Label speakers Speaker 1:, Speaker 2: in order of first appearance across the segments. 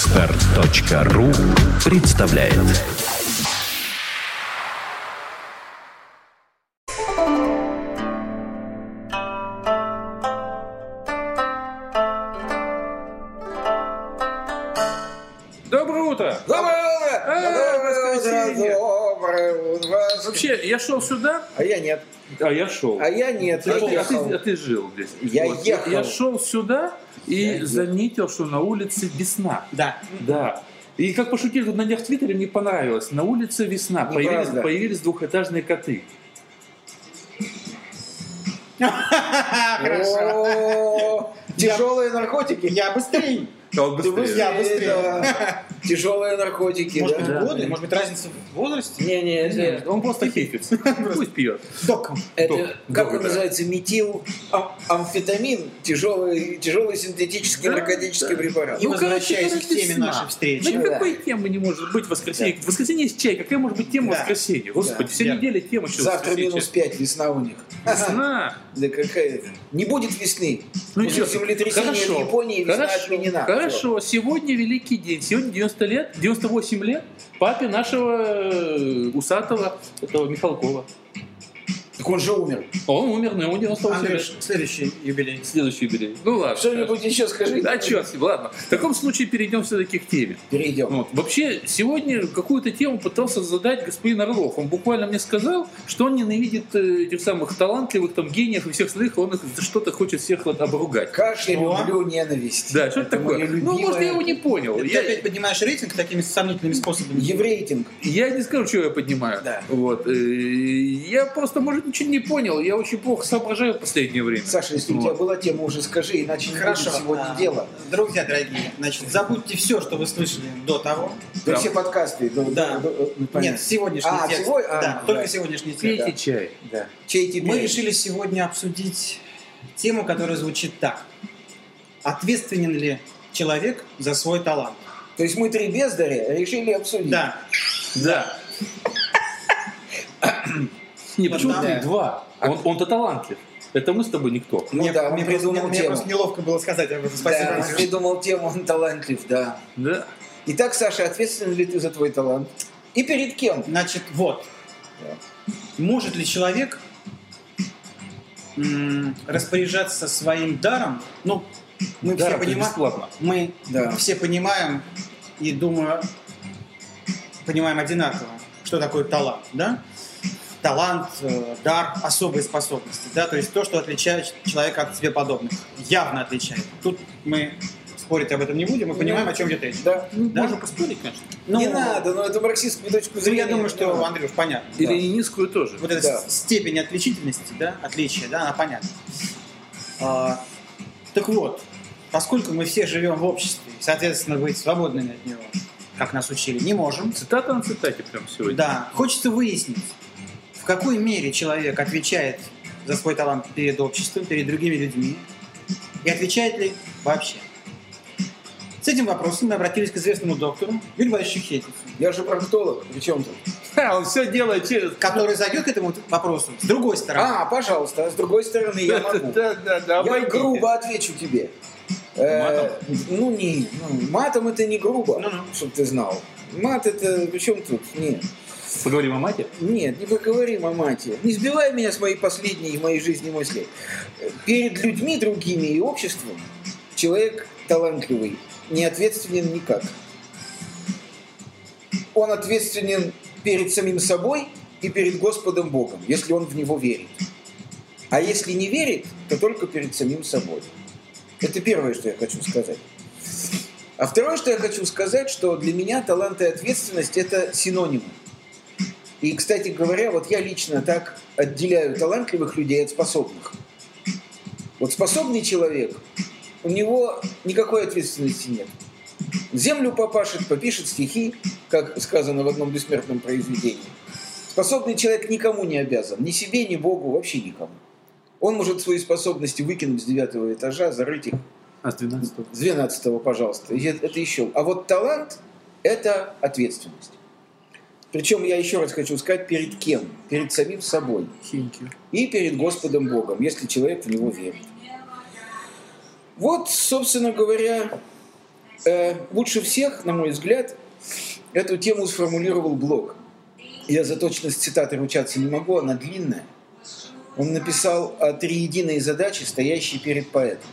Speaker 1: Отстар.ру представляет
Speaker 2: Доброе утро!
Speaker 3: Доброе утро,
Speaker 2: воскресенье.
Speaker 3: доброе утро.
Speaker 2: Вообще, я шел сюда,
Speaker 3: А я нет.
Speaker 2: а я шел.
Speaker 3: А я нет.
Speaker 2: А
Speaker 3: Я
Speaker 2: ты, а ты- а
Speaker 3: ехал.
Speaker 2: ты жил здесь.
Speaker 3: Я ехал.
Speaker 2: Я шел сюда и заметил, что на улице весна.
Speaker 3: Да.
Speaker 2: Да. И как пошутили тут на днях в Твиттере, мне понравилось. На улице весна. Появились,
Speaker 3: Неправда.
Speaker 2: появились двухэтажные коты. а,
Speaker 3: О, Тяжелые наркотики.
Speaker 4: Я быстрее.
Speaker 3: Ты быстрее,
Speaker 4: Я быстрее.
Speaker 3: да. Тяжелые наркотики,
Speaker 4: Может быть,
Speaker 3: да.
Speaker 2: Да.
Speaker 4: годы, может быть, разница в возрасте.
Speaker 3: Не, не, это-
Speaker 2: Он просто хейфится. Пусть пьет.
Speaker 4: Док.
Speaker 3: это, как
Speaker 2: Добрый,
Speaker 3: он
Speaker 2: да.
Speaker 3: называется, метил, а- амфетамин, тяжелый, тяжелый синтетический
Speaker 2: Да,
Speaker 3: наркотический
Speaker 2: да.
Speaker 3: препарат.
Speaker 4: И возвращаясь
Speaker 2: Ну, короче,
Speaker 4: к теме
Speaker 2: весна.
Speaker 4: нашей встречи.
Speaker 2: Да
Speaker 3: Да.
Speaker 2: какой темы не может быть воскресенье? Воскресенье есть чай. Какая может быть тема
Speaker 4: Да.
Speaker 2: воскресенья? Господи, все
Speaker 4: верно.
Speaker 2: недели тема что
Speaker 3: Завтра
Speaker 2: воскресенье.
Speaker 3: минус 5, весна у них.
Speaker 2: Весна.
Speaker 3: Да какая это? Не будет весны.
Speaker 2: Ну
Speaker 3: После
Speaker 2: ничего,
Speaker 3: землетрясения в Японии весна отменена.
Speaker 2: Хорошо, сегодня великий день. Сегодня 90 лет, 98 лет папе нашего э, усатого, этого Михалкова.
Speaker 3: Так он же умер.
Speaker 2: Он умер, но ему 98
Speaker 4: Андрюш,
Speaker 2: лет.
Speaker 4: следующий юбилей.
Speaker 2: Следующий юбилей. Ну ладно.
Speaker 3: Что-нибудь еще скажи.
Speaker 2: хорошо. Да, черт, с ним, ладно. В таком случае перейдем все-таки к теме.
Speaker 3: Перейдем.
Speaker 2: Вот. Вообще, сегодня какую-то тему пытался задать господин Орлов. Он буквально мне сказал, что он ненавидит э, этих самых талантливых там гениев и всех остальных, и он их за что-то хочет всех вот обругать.
Speaker 3: Как я
Speaker 4: Что?
Speaker 3: люблю ненависть.
Speaker 2: Да, что это
Speaker 3: моя
Speaker 2: такое? Ну,
Speaker 3: любимая-
Speaker 2: может, я его не понял.
Speaker 4: Ты
Speaker 2: Я-
Speaker 4: опять поднимаешь рейтинг такими сомнительными способами.
Speaker 3: Еврейтинг.
Speaker 2: Я не скажу, чего я поднимаю.
Speaker 3: Да.
Speaker 2: Вот. э, Я просто, может, ничего не понял. Я очень плохо соображаю в последнее время.
Speaker 3: Саша, если у
Speaker 2: Вот.
Speaker 3: тебя была тема, уже скажи, иначе не
Speaker 4: Хорошо.
Speaker 3: будет сегодня
Speaker 4: А,
Speaker 3: дела.
Speaker 4: Друзья дорогие, значит, забудьте все, что вы слышали до того.
Speaker 3: Да
Speaker 2: Да.
Speaker 3: все подкасты. да,
Speaker 4: Да.
Speaker 3: да, да, ну, понятно.
Speaker 4: Нет, сегодняшний
Speaker 3: А,
Speaker 4: текст.
Speaker 3: всего- а,
Speaker 4: Да,
Speaker 3: ну,
Speaker 4: только
Speaker 3: да.
Speaker 4: сегодняшний текст.
Speaker 2: Пейте чай.
Speaker 3: Да. Чей тебе?
Speaker 4: Мы решили сегодня обсудить тему, которая звучит так. Ответственен ли человек за свой талант?
Speaker 3: То есть мы три бездаря решили обсудить.
Speaker 4: Да.
Speaker 2: Да. Не, почему
Speaker 4: Да.
Speaker 2: ты два? Он- Он-то талантлив. Это мы с тобой никто.
Speaker 3: Ну
Speaker 4: мне,
Speaker 3: да, он
Speaker 4: мне просто-
Speaker 3: придумал
Speaker 4: мне- мне
Speaker 3: тему.
Speaker 4: просто неловко было сказать об этом. Спасибо.
Speaker 3: Да, он
Speaker 4: Андрюш.
Speaker 3: придумал тему, он талантлив, да.
Speaker 2: Да.
Speaker 3: Итак, Саша, ответственен ли ты за твой талант? И перед кем?
Speaker 4: Значит, вот.
Speaker 3: Да.
Speaker 4: Может ли человек м, распоряжаться своим даром? Ну, мы
Speaker 2: Да, то
Speaker 4: все
Speaker 2: есть
Speaker 4: понимаем.
Speaker 2: бесплатно.
Speaker 4: Мы
Speaker 3: Да.
Speaker 4: все понимаем и думаю, понимаем одинаково, что такое талант, да? Талант, э, дар, особые способности, да, то есть то, что отличает человека от себе подобных, явно отличает. Тут мы спорить об этом не будем, мы понимаем, о чем идет речь.
Speaker 3: Да.
Speaker 4: Да?
Speaker 2: Можно поспорить, конечно.
Speaker 3: не
Speaker 4: Ну,
Speaker 3: надо, но это марксистскую точку
Speaker 4: ну,
Speaker 3: зрения.
Speaker 4: я думаю, что, Андрюш, понятно.
Speaker 2: Или и низкую тоже.
Speaker 4: вот эта
Speaker 3: Да.
Speaker 4: с- степень отличительности, да, отличия, да, она понятна. А, так вот, поскольку мы все живем в обществе, и, соответственно, быть свободными от него, как нас учили, не можем.
Speaker 2: Цитата на цитате прям сегодня.
Speaker 4: Да, хочется выяснить, в какой мере человек отвечает за свой талант перед обществом, перед другими людьми, и отвечает ли вообще. С этим вопросом мы обратились к известному доктору Юрию Борисовичу Хетицу,
Speaker 3: Я же проктолог, при чем тут?
Speaker 2: Ха, он все делает через...
Speaker 4: который зайдет к этому вопросу с другой стороны.
Speaker 3: А, пожалуйста, а с другой стороны я могу.
Speaker 2: Да, да, да.
Speaker 3: Я
Speaker 2: обойдите.
Speaker 3: грубо отвечу тебе. Э, ну не, ну, матом это не грубо,
Speaker 2: Ну,
Speaker 4: Ну-ну.
Speaker 3: чтобы ты знал. Мат это при чем тут? Нет.
Speaker 2: Поговорим о мате.
Speaker 3: Нет, не поговорим о мате. Не сбивай меня с моей последней в моей жизни мысли. Э, Перед людьми другими и обществом человек талантливый, не ответственен никак. Он ответственен перед самим собой и перед Господом Богом, если он в него верит. А если не верит, то только перед самим собой. Это первое, что я хочу сказать. А второе, что я хочу сказать, что для меня талант и ответственность – это синонимы. И, кстати говоря, вот я лично так отделяю талантливых людей от способных. Вот способный человек, у него никакой ответственности нет. Землю попашет, попишет стихи, как сказано в одном бессмертном произведении. Способный человек никому не обязан, ни себе, ни Богу, вообще никому. Он может свои способности выкинуть с девятого этажа, зарыть их
Speaker 2: А с 12
Speaker 3: с 12 пожалуйста. И Это это еще. А вот талант – это ответственность. Причем я еще раз хочу сказать, перед кем? Перед самим собой. И перед Господом Богом, если человек в него верит. Вот, собственно говоря, э, лучше всех, на мой взгляд, эту тему сформулировал Блок. Я за точность цитаты ручаться не могу, она длинная. Он написал о триединой задаче, стоящей перед поэтом.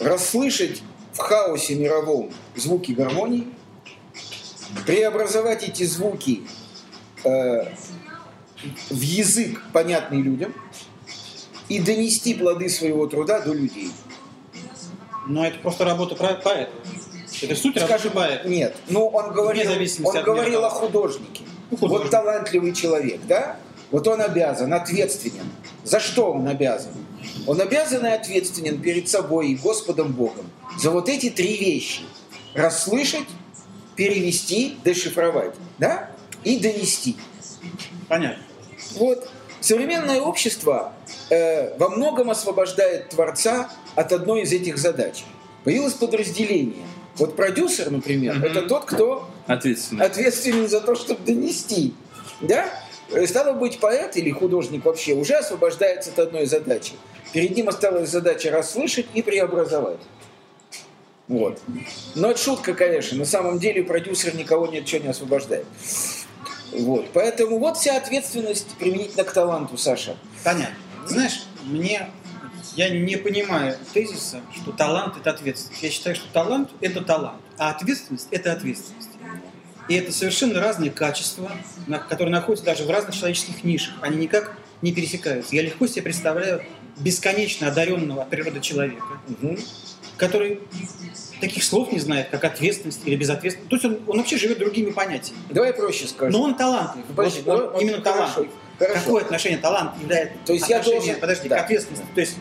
Speaker 3: Расслышать в хаосе мировом звуки гармонии, преобразовать эти звуки э, в язык, понятный людям, и донести плоды своего труда до людей.
Speaker 4: Но это просто работа про- поэта. Это суть работы
Speaker 3: Скажем,
Speaker 4: поэта.
Speaker 3: нет. Ну, он говорил,
Speaker 4: Вне зависимости
Speaker 3: он
Speaker 4: от мира,
Speaker 3: говорил
Speaker 4: да.
Speaker 3: о художнике.
Speaker 4: Ну, художник.
Speaker 3: Вот талантливый человек, да? Вот он обязан, ответственен. За что он обязан? Он обязан и ответственен перед собой и Господом Богом за вот эти три вещи. Расслышать, перевести, дешифровать, да? И донести.
Speaker 4: Понятно.
Speaker 3: Вот современное общество э, во многом освобождает творца от одной из этих задач. Появилось подразделение. Вот продюсер, например,
Speaker 2: Мгм.
Speaker 3: это тот, кто А
Speaker 2: Ответственно.
Speaker 3: ответственен за то, чтобы донести. Да? Э, Стало быть, поэт или художник вообще уже освобождается от одной задачи. Перед ним осталась задача расслышать и преобразовать. Вот. Но это шутка, конечно. На самом деле продюсер никого ни от чего не освобождает. Вот. Поэтому вот вся ответственность применительно к таланту, Саша.
Speaker 4: Понятно. Знаешь, мне я не понимаю тезиса, что талант это ответственность. Я считаю, что талант это талант, а ответственность это ответственность. И это совершенно разные качества, на- которые находятся даже в разных человеческих нишах. Они никак не пересекаются. Я легко себе представляю бесконечно одаренного от природы человека,
Speaker 3: Мгм.
Speaker 4: который таких слов не знает, как ответственность или безответственность. То есть он, он вообще живет другими понятиями.
Speaker 3: Давай проще скажу.
Speaker 4: Но Ну, он талантлив.
Speaker 3: Подожди,
Speaker 4: Вот он
Speaker 3: ну,
Speaker 4: именно
Speaker 3: хорошо,
Speaker 4: талантлив.
Speaker 3: хорошо.
Speaker 4: Какое отношение талант является
Speaker 3: То есть я
Speaker 4: отношением,
Speaker 3: должен-
Speaker 4: подожди,
Speaker 3: да.
Speaker 4: к ответственности, то есть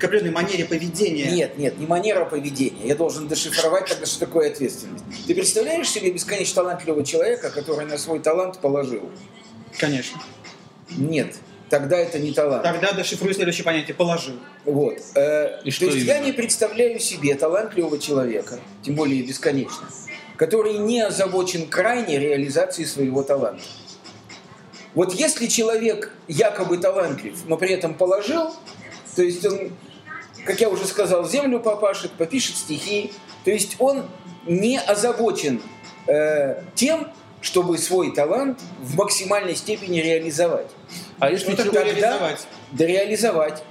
Speaker 4: к определенной манере поведения.
Speaker 3: Нет, нет, не манера поведения. Я должен дешифровать тогда, что такое ответственность. Ты представляешь себе бесконечно талантливого человека, который на свой талант положил?
Speaker 4: Конечно.
Speaker 3: Нет, тогда это не талант.
Speaker 4: Тогда дошифрую следующее понятие «положил».
Speaker 3: Вот. Э,
Speaker 2: И
Speaker 3: то
Speaker 2: что
Speaker 3: есть я
Speaker 2: именно?
Speaker 3: не представляю себе талантливого человека, тем более бесконечно, который не озабочен крайне реализацией своего таланта. Вот если человек якобы талантлив, но при этом положил, то есть он, как я уже сказал, землю попашет, попишет стихи, то есть он не озабочен э, тем, чтобы свой талант в максимальной степени реализовать.
Speaker 2: А если
Speaker 4: Ну, так
Speaker 2: человек-
Speaker 4: далее. реализовать?
Speaker 3: Да реализовать.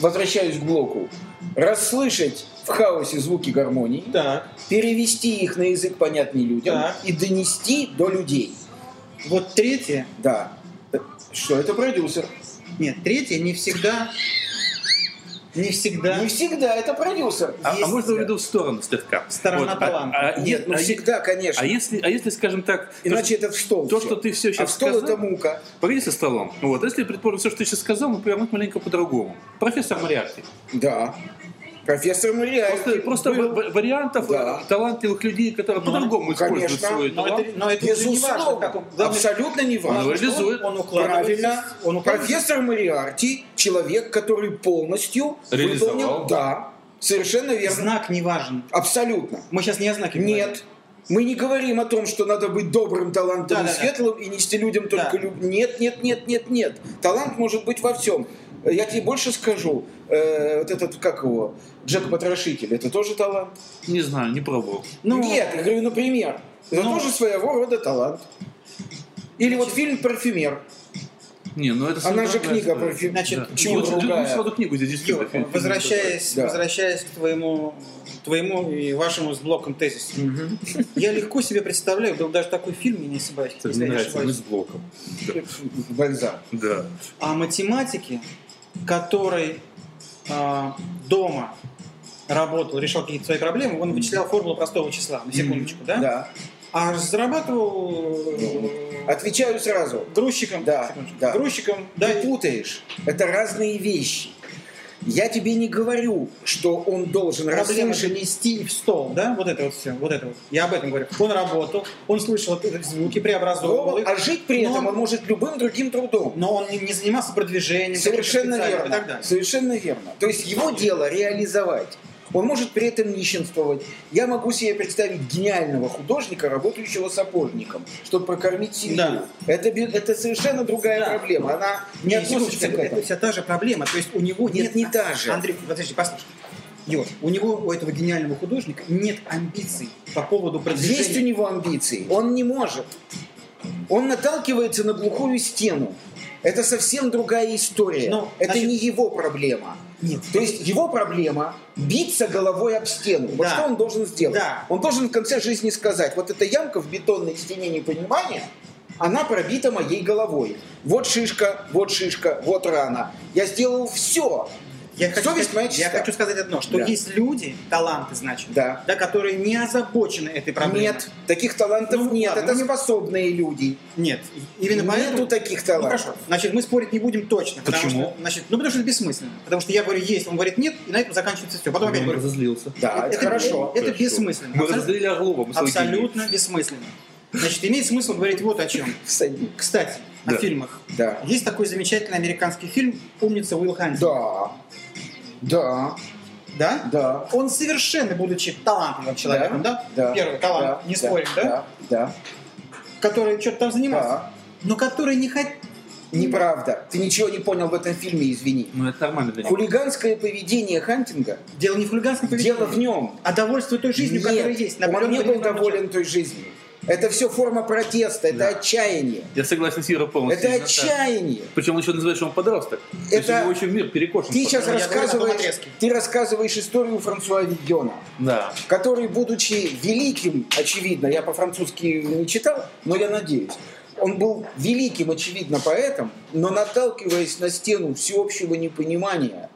Speaker 3: Возвращаюсь к блоку. Расслышать в хаосе звуки гармонии,
Speaker 4: Так,
Speaker 3: перевести их на язык, понятный людям,
Speaker 4: Да.
Speaker 3: и донести до людей.
Speaker 4: вот третье,
Speaker 3: Да. Э, Что это продюсер?
Speaker 4: нет, третье не всегда, не всегда
Speaker 3: Не всегда это продюсер.
Speaker 2: А, а
Speaker 3: Есть-
Speaker 2: можно уведу в сторону слегка?
Speaker 4: Сторона
Speaker 2: а-
Speaker 4: таланта.
Speaker 2: а- е-
Speaker 3: Нет, ну
Speaker 2: а е-
Speaker 3: всегда, конечно.
Speaker 2: А если, а если, скажем так, то,
Speaker 3: Иначе
Speaker 2: что-
Speaker 3: это в стол.
Speaker 2: то,
Speaker 3: всё.
Speaker 2: что ты все
Speaker 3: А
Speaker 2: сейчас
Speaker 3: в стол
Speaker 2: сказал,
Speaker 3: это мука.
Speaker 2: погоди со столом. Вот, если, предположим, все, что ты сейчас сказал, мы повернуть маленько по-другому. Профессор Мариарти.
Speaker 3: Да. Профессор Мариарти.
Speaker 2: Просто, просто
Speaker 3: был-
Speaker 2: ва- вариантов
Speaker 3: Да. Ну,
Speaker 2: э, талантливых людей, которые по-другому используют
Speaker 3: конечно.
Speaker 2: свой
Speaker 4: Но
Speaker 2: талант.
Speaker 4: это, но это уже не важно,
Speaker 3: Безусловно.
Speaker 4: как он- главное,
Speaker 3: Абсолютно не
Speaker 2: Он
Speaker 3: важно.
Speaker 2: его реализует.
Speaker 4: он укладывается,
Speaker 3: Правильно.
Speaker 4: он укладывается.
Speaker 3: Профессор Мариарти – человек, который полностью
Speaker 2: Реализовал.
Speaker 3: выполнил... Да, совершенно верно.
Speaker 4: Знак не важен.
Speaker 3: Абсолютно.
Speaker 4: Мы сейчас не о знаке говорим.
Speaker 3: Нет. Мы не говорим о том, что надо быть добрым, талантливым,
Speaker 4: Да-да-да.
Speaker 3: светлым и нести людям только
Speaker 4: Да.
Speaker 3: любовь. Нет, нет, нет, нет, нет. Талант может быть во всем. Я тебе больше скажу. Э, вот этот, как его, Джек Потрошитель, это тоже талант?
Speaker 2: Не знаю, не пробовал.
Speaker 4: Ну,
Speaker 3: Нет, я говорю, например. Это
Speaker 4: Ну.
Speaker 3: тоже своего рода талант. Или вот фильм «Парфюмер».
Speaker 2: Не, ну это совершенно
Speaker 3: Она же
Speaker 2: разная
Speaker 3: книга
Speaker 2: история.
Speaker 3: «Парфюмер».
Speaker 4: Значит,
Speaker 2: Да.
Speaker 3: Чего
Speaker 2: Вот,
Speaker 3: другая?
Speaker 2: Джон Мишел эту книгу здесь
Speaker 4: Юр,
Speaker 2: действительно. фильм-
Speaker 4: возвращаясь,
Speaker 3: Да.
Speaker 4: возвращаясь к твоему, твоему и вашему с блоком тезису. Я легко себе представляю, был даже такой фильм, я не ошибаюсь,
Speaker 2: Это
Speaker 4: если
Speaker 2: Мне
Speaker 4: я не
Speaker 2: нравится, мы с
Speaker 4: ошибаюсь,
Speaker 2: блоком.
Speaker 3: Бальзам.
Speaker 2: Да.
Speaker 4: о математике, который а, дома работал, решал какие-то свои проблемы, он вычислял формулу простого числа, на секундочку, да?
Speaker 3: Да.
Speaker 4: А зарабатывал э,
Speaker 3: Отвечаю сразу.
Speaker 4: грузчиком,
Speaker 3: Да,
Speaker 4: секундочку,
Speaker 3: да.
Speaker 4: грузчиком, да,
Speaker 3: Ты путаешь. Это разные вещи. Я тебе не говорю, что он должен
Speaker 4: проблема
Speaker 3: расслышать.
Speaker 4: донести в стол, да, вот это вот все, вот это вот. Я об этом говорю. Он работал, он слышал вот эти звуки, преобразовывал их,
Speaker 3: А жить при
Speaker 4: Но-
Speaker 3: этом он может любым другим трудом.
Speaker 4: но он не, не занимался продвижением,
Speaker 3: Совершенно
Speaker 4: каким-то специальным и так
Speaker 3: верно.
Speaker 4: далее.
Speaker 3: Совершенно верно. То есть его дело реализовать. Он может при этом нищенствовать. Я могу себе представить гениального художника, работающего сапожником, чтобы прокормить семью.
Speaker 4: Да.
Speaker 3: Это, бе- это совершенно другая
Speaker 4: Да.
Speaker 3: проблема. Она не
Speaker 4: Не,
Speaker 3: относится
Speaker 4: секундочку,
Speaker 3: к
Speaker 4: это
Speaker 3: этому.
Speaker 4: вся та же проблема. То есть у него
Speaker 3: Нет,
Speaker 4: нет... а,
Speaker 3: не та же.
Speaker 4: Андрей, подожди, послушай. Йод. У него, у этого гениального художника, нет амбиций по поводу продвижения.
Speaker 3: Есть у него амбиции, он не может. Он наталкивается на глухую стену. Это совсем другая история.
Speaker 4: Ну,
Speaker 3: это
Speaker 4: значит-
Speaker 3: не его проблема.
Speaker 4: Нет.
Speaker 3: То есть его проблема биться головой об стену. Вот
Speaker 4: Да.
Speaker 3: что он должен сделать?
Speaker 4: Да.
Speaker 3: Он должен в конце жизни сказать, вот эта ямка в бетонной стене непонимания, она пробита моей головой. Вот шишка, вот шишка, вот рана. Я сделал все.
Speaker 4: Я хочу,
Speaker 3: Совесть моя
Speaker 4: сказать, я
Speaker 3: чиста.
Speaker 4: хочу сказать одно, что
Speaker 3: Да.
Speaker 4: есть люди, таланты, значит,
Speaker 3: Да.
Speaker 4: которые не озабочены этой проблемой.
Speaker 3: Нет, таких талантов
Speaker 4: Ну,
Speaker 3: нет.
Speaker 4: ладно,
Speaker 3: Это
Speaker 4: ну,
Speaker 3: способные люди.
Speaker 4: Нет. Именно
Speaker 3: Нету
Speaker 4: поэтому...
Speaker 3: таких
Speaker 4: Ну,
Speaker 3: талантов.
Speaker 4: хорошо. Значит, мы спорить не будем точно. потому
Speaker 2: Почему?
Speaker 4: что, значит, ну, потому что это бессмысленно. Потому что я говорю есть, он говорит нет, и на этом заканчивается все. Потом
Speaker 3: Ну,
Speaker 4: опять
Speaker 2: Он
Speaker 4: говорю,
Speaker 2: разозлился.
Speaker 3: Да, это, хорошо.
Speaker 4: Это бессмысленно.
Speaker 2: Мы
Speaker 4: Абсолютно-
Speaker 2: разозлили Орлова. мы свои
Speaker 4: Абсолютно бессмысленно. Значит, имеет смысл говорить вот о чем.
Speaker 3: Всадник.
Speaker 4: Кстати, о
Speaker 2: Да.
Speaker 4: фильмах.
Speaker 3: Да.
Speaker 4: Есть такой замечательный американский фильм «Умница Уилл Хантинг».
Speaker 3: Да. Да.
Speaker 4: Да.
Speaker 3: Да.
Speaker 4: Он совершенно, будучи талантливым человеком, да?
Speaker 3: Да.
Speaker 4: Первый талант,
Speaker 3: Да.
Speaker 4: не спорим, да?
Speaker 3: Да.
Speaker 4: Который что-то там
Speaker 3: Да.
Speaker 4: занимался.
Speaker 3: да.
Speaker 4: Но который не хотел...
Speaker 3: Неправда. Ты ничего не понял в этом фильме, извини.
Speaker 2: гении. Ну, это нормально для них.
Speaker 3: Хулиганское поведение Хантинга
Speaker 4: Дело не в хулиганском поведении.
Speaker 3: дело в нем.
Speaker 4: А довольство той жизнью,
Speaker 3: Нет,
Speaker 4: которая есть.
Speaker 3: он
Speaker 4: Наполеон
Speaker 3: не был
Speaker 4: Бонапарт.
Speaker 3: доволен той жизнью. Это все форма протеста, это
Speaker 2: Да.
Speaker 3: отчаяние.
Speaker 2: Я согласен с Юрой полностью.
Speaker 3: это
Speaker 2: Именно так.
Speaker 3: отчаяние.
Speaker 2: Причем он еще называет, что он подросток. То есть
Speaker 3: Это-
Speaker 2: у него еще мир перекошен.
Speaker 3: Ты сейчас
Speaker 4: Я говорю о том
Speaker 3: рассказываешь,
Speaker 4: отрезке.
Speaker 3: ты рассказываешь историю Франсуа Вильона,
Speaker 2: Да.
Speaker 3: который, будучи великим, очевидно, я по-французски не читал, но я надеюсь, он был великим, очевидно, поэтом, но наталкиваясь на стену всеобщего непонимания,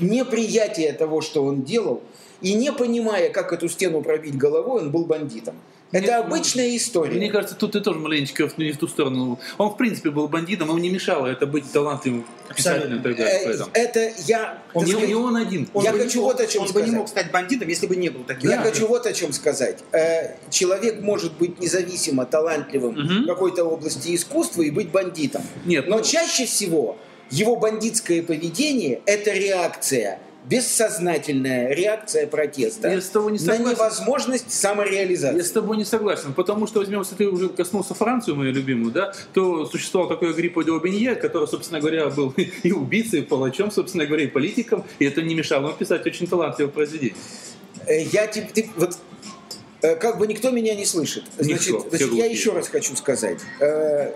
Speaker 3: неприятия того, что он делал, и не понимая, как эту стену пробить головой, он был бандитом. Это
Speaker 2: Мне-
Speaker 3: обычная история.
Speaker 2: Мне кажется, тут ты тоже маленечко в- не в ту сторону. Он, в принципе, был бандитом, ему не мешало это быть талантливым писателем и так далее.
Speaker 3: Э,
Speaker 2: поэтом.
Speaker 3: Это я...
Speaker 2: Он,
Speaker 3: так
Speaker 2: не,
Speaker 3: сказать,
Speaker 2: не он один.
Speaker 3: Я
Speaker 4: бы не
Speaker 3: хочу
Speaker 4: мог-
Speaker 3: вот о чем
Speaker 4: Он бы
Speaker 3: сказать.
Speaker 4: не мог стать бандитом, если бы не был таким.
Speaker 3: Я
Speaker 2: Да.
Speaker 3: хочу вот о чем сказать. Э, Человек может быть независимо талантливым в
Speaker 2: Мгм.
Speaker 3: какой-то области искусства и быть бандитом.
Speaker 2: Нет,
Speaker 3: Но
Speaker 2: ну-
Speaker 3: чаще всего его бандитское поведение – это реакция, бессознательная реакция протеста
Speaker 2: Я с тобой не
Speaker 3: на
Speaker 2: согласен.
Speaker 3: невозможность самореализации.
Speaker 2: Я с тобой не согласен, потому что, возьмем, если ты уже коснулся Францию, мою любимую, да, то существовал такой Агриппа де Обенье, который, собственно говоря, был и убийцей, и палачом, собственно говоря, и политиком, и это не мешало ему писать очень талантливое произведение.
Speaker 3: Э, Я тебе, ты- вот, э, как бы никто меня не слышит. Значит,
Speaker 2: Никто, все
Speaker 3: значит, я
Speaker 2: глухие.
Speaker 3: еще раз хочу сказать. Э, э,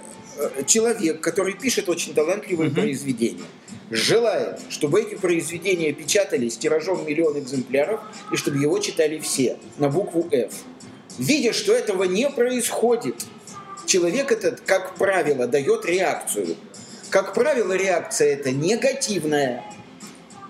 Speaker 3: Человек, который пишет очень талантливые произведения, желает, чтобы эти произведения печатались тиражом миллион экземпляров и чтобы его читали все на букву F. Видя, что этого не происходит, человек этот, как правило, дает реакцию. Как правило, реакция это негативная.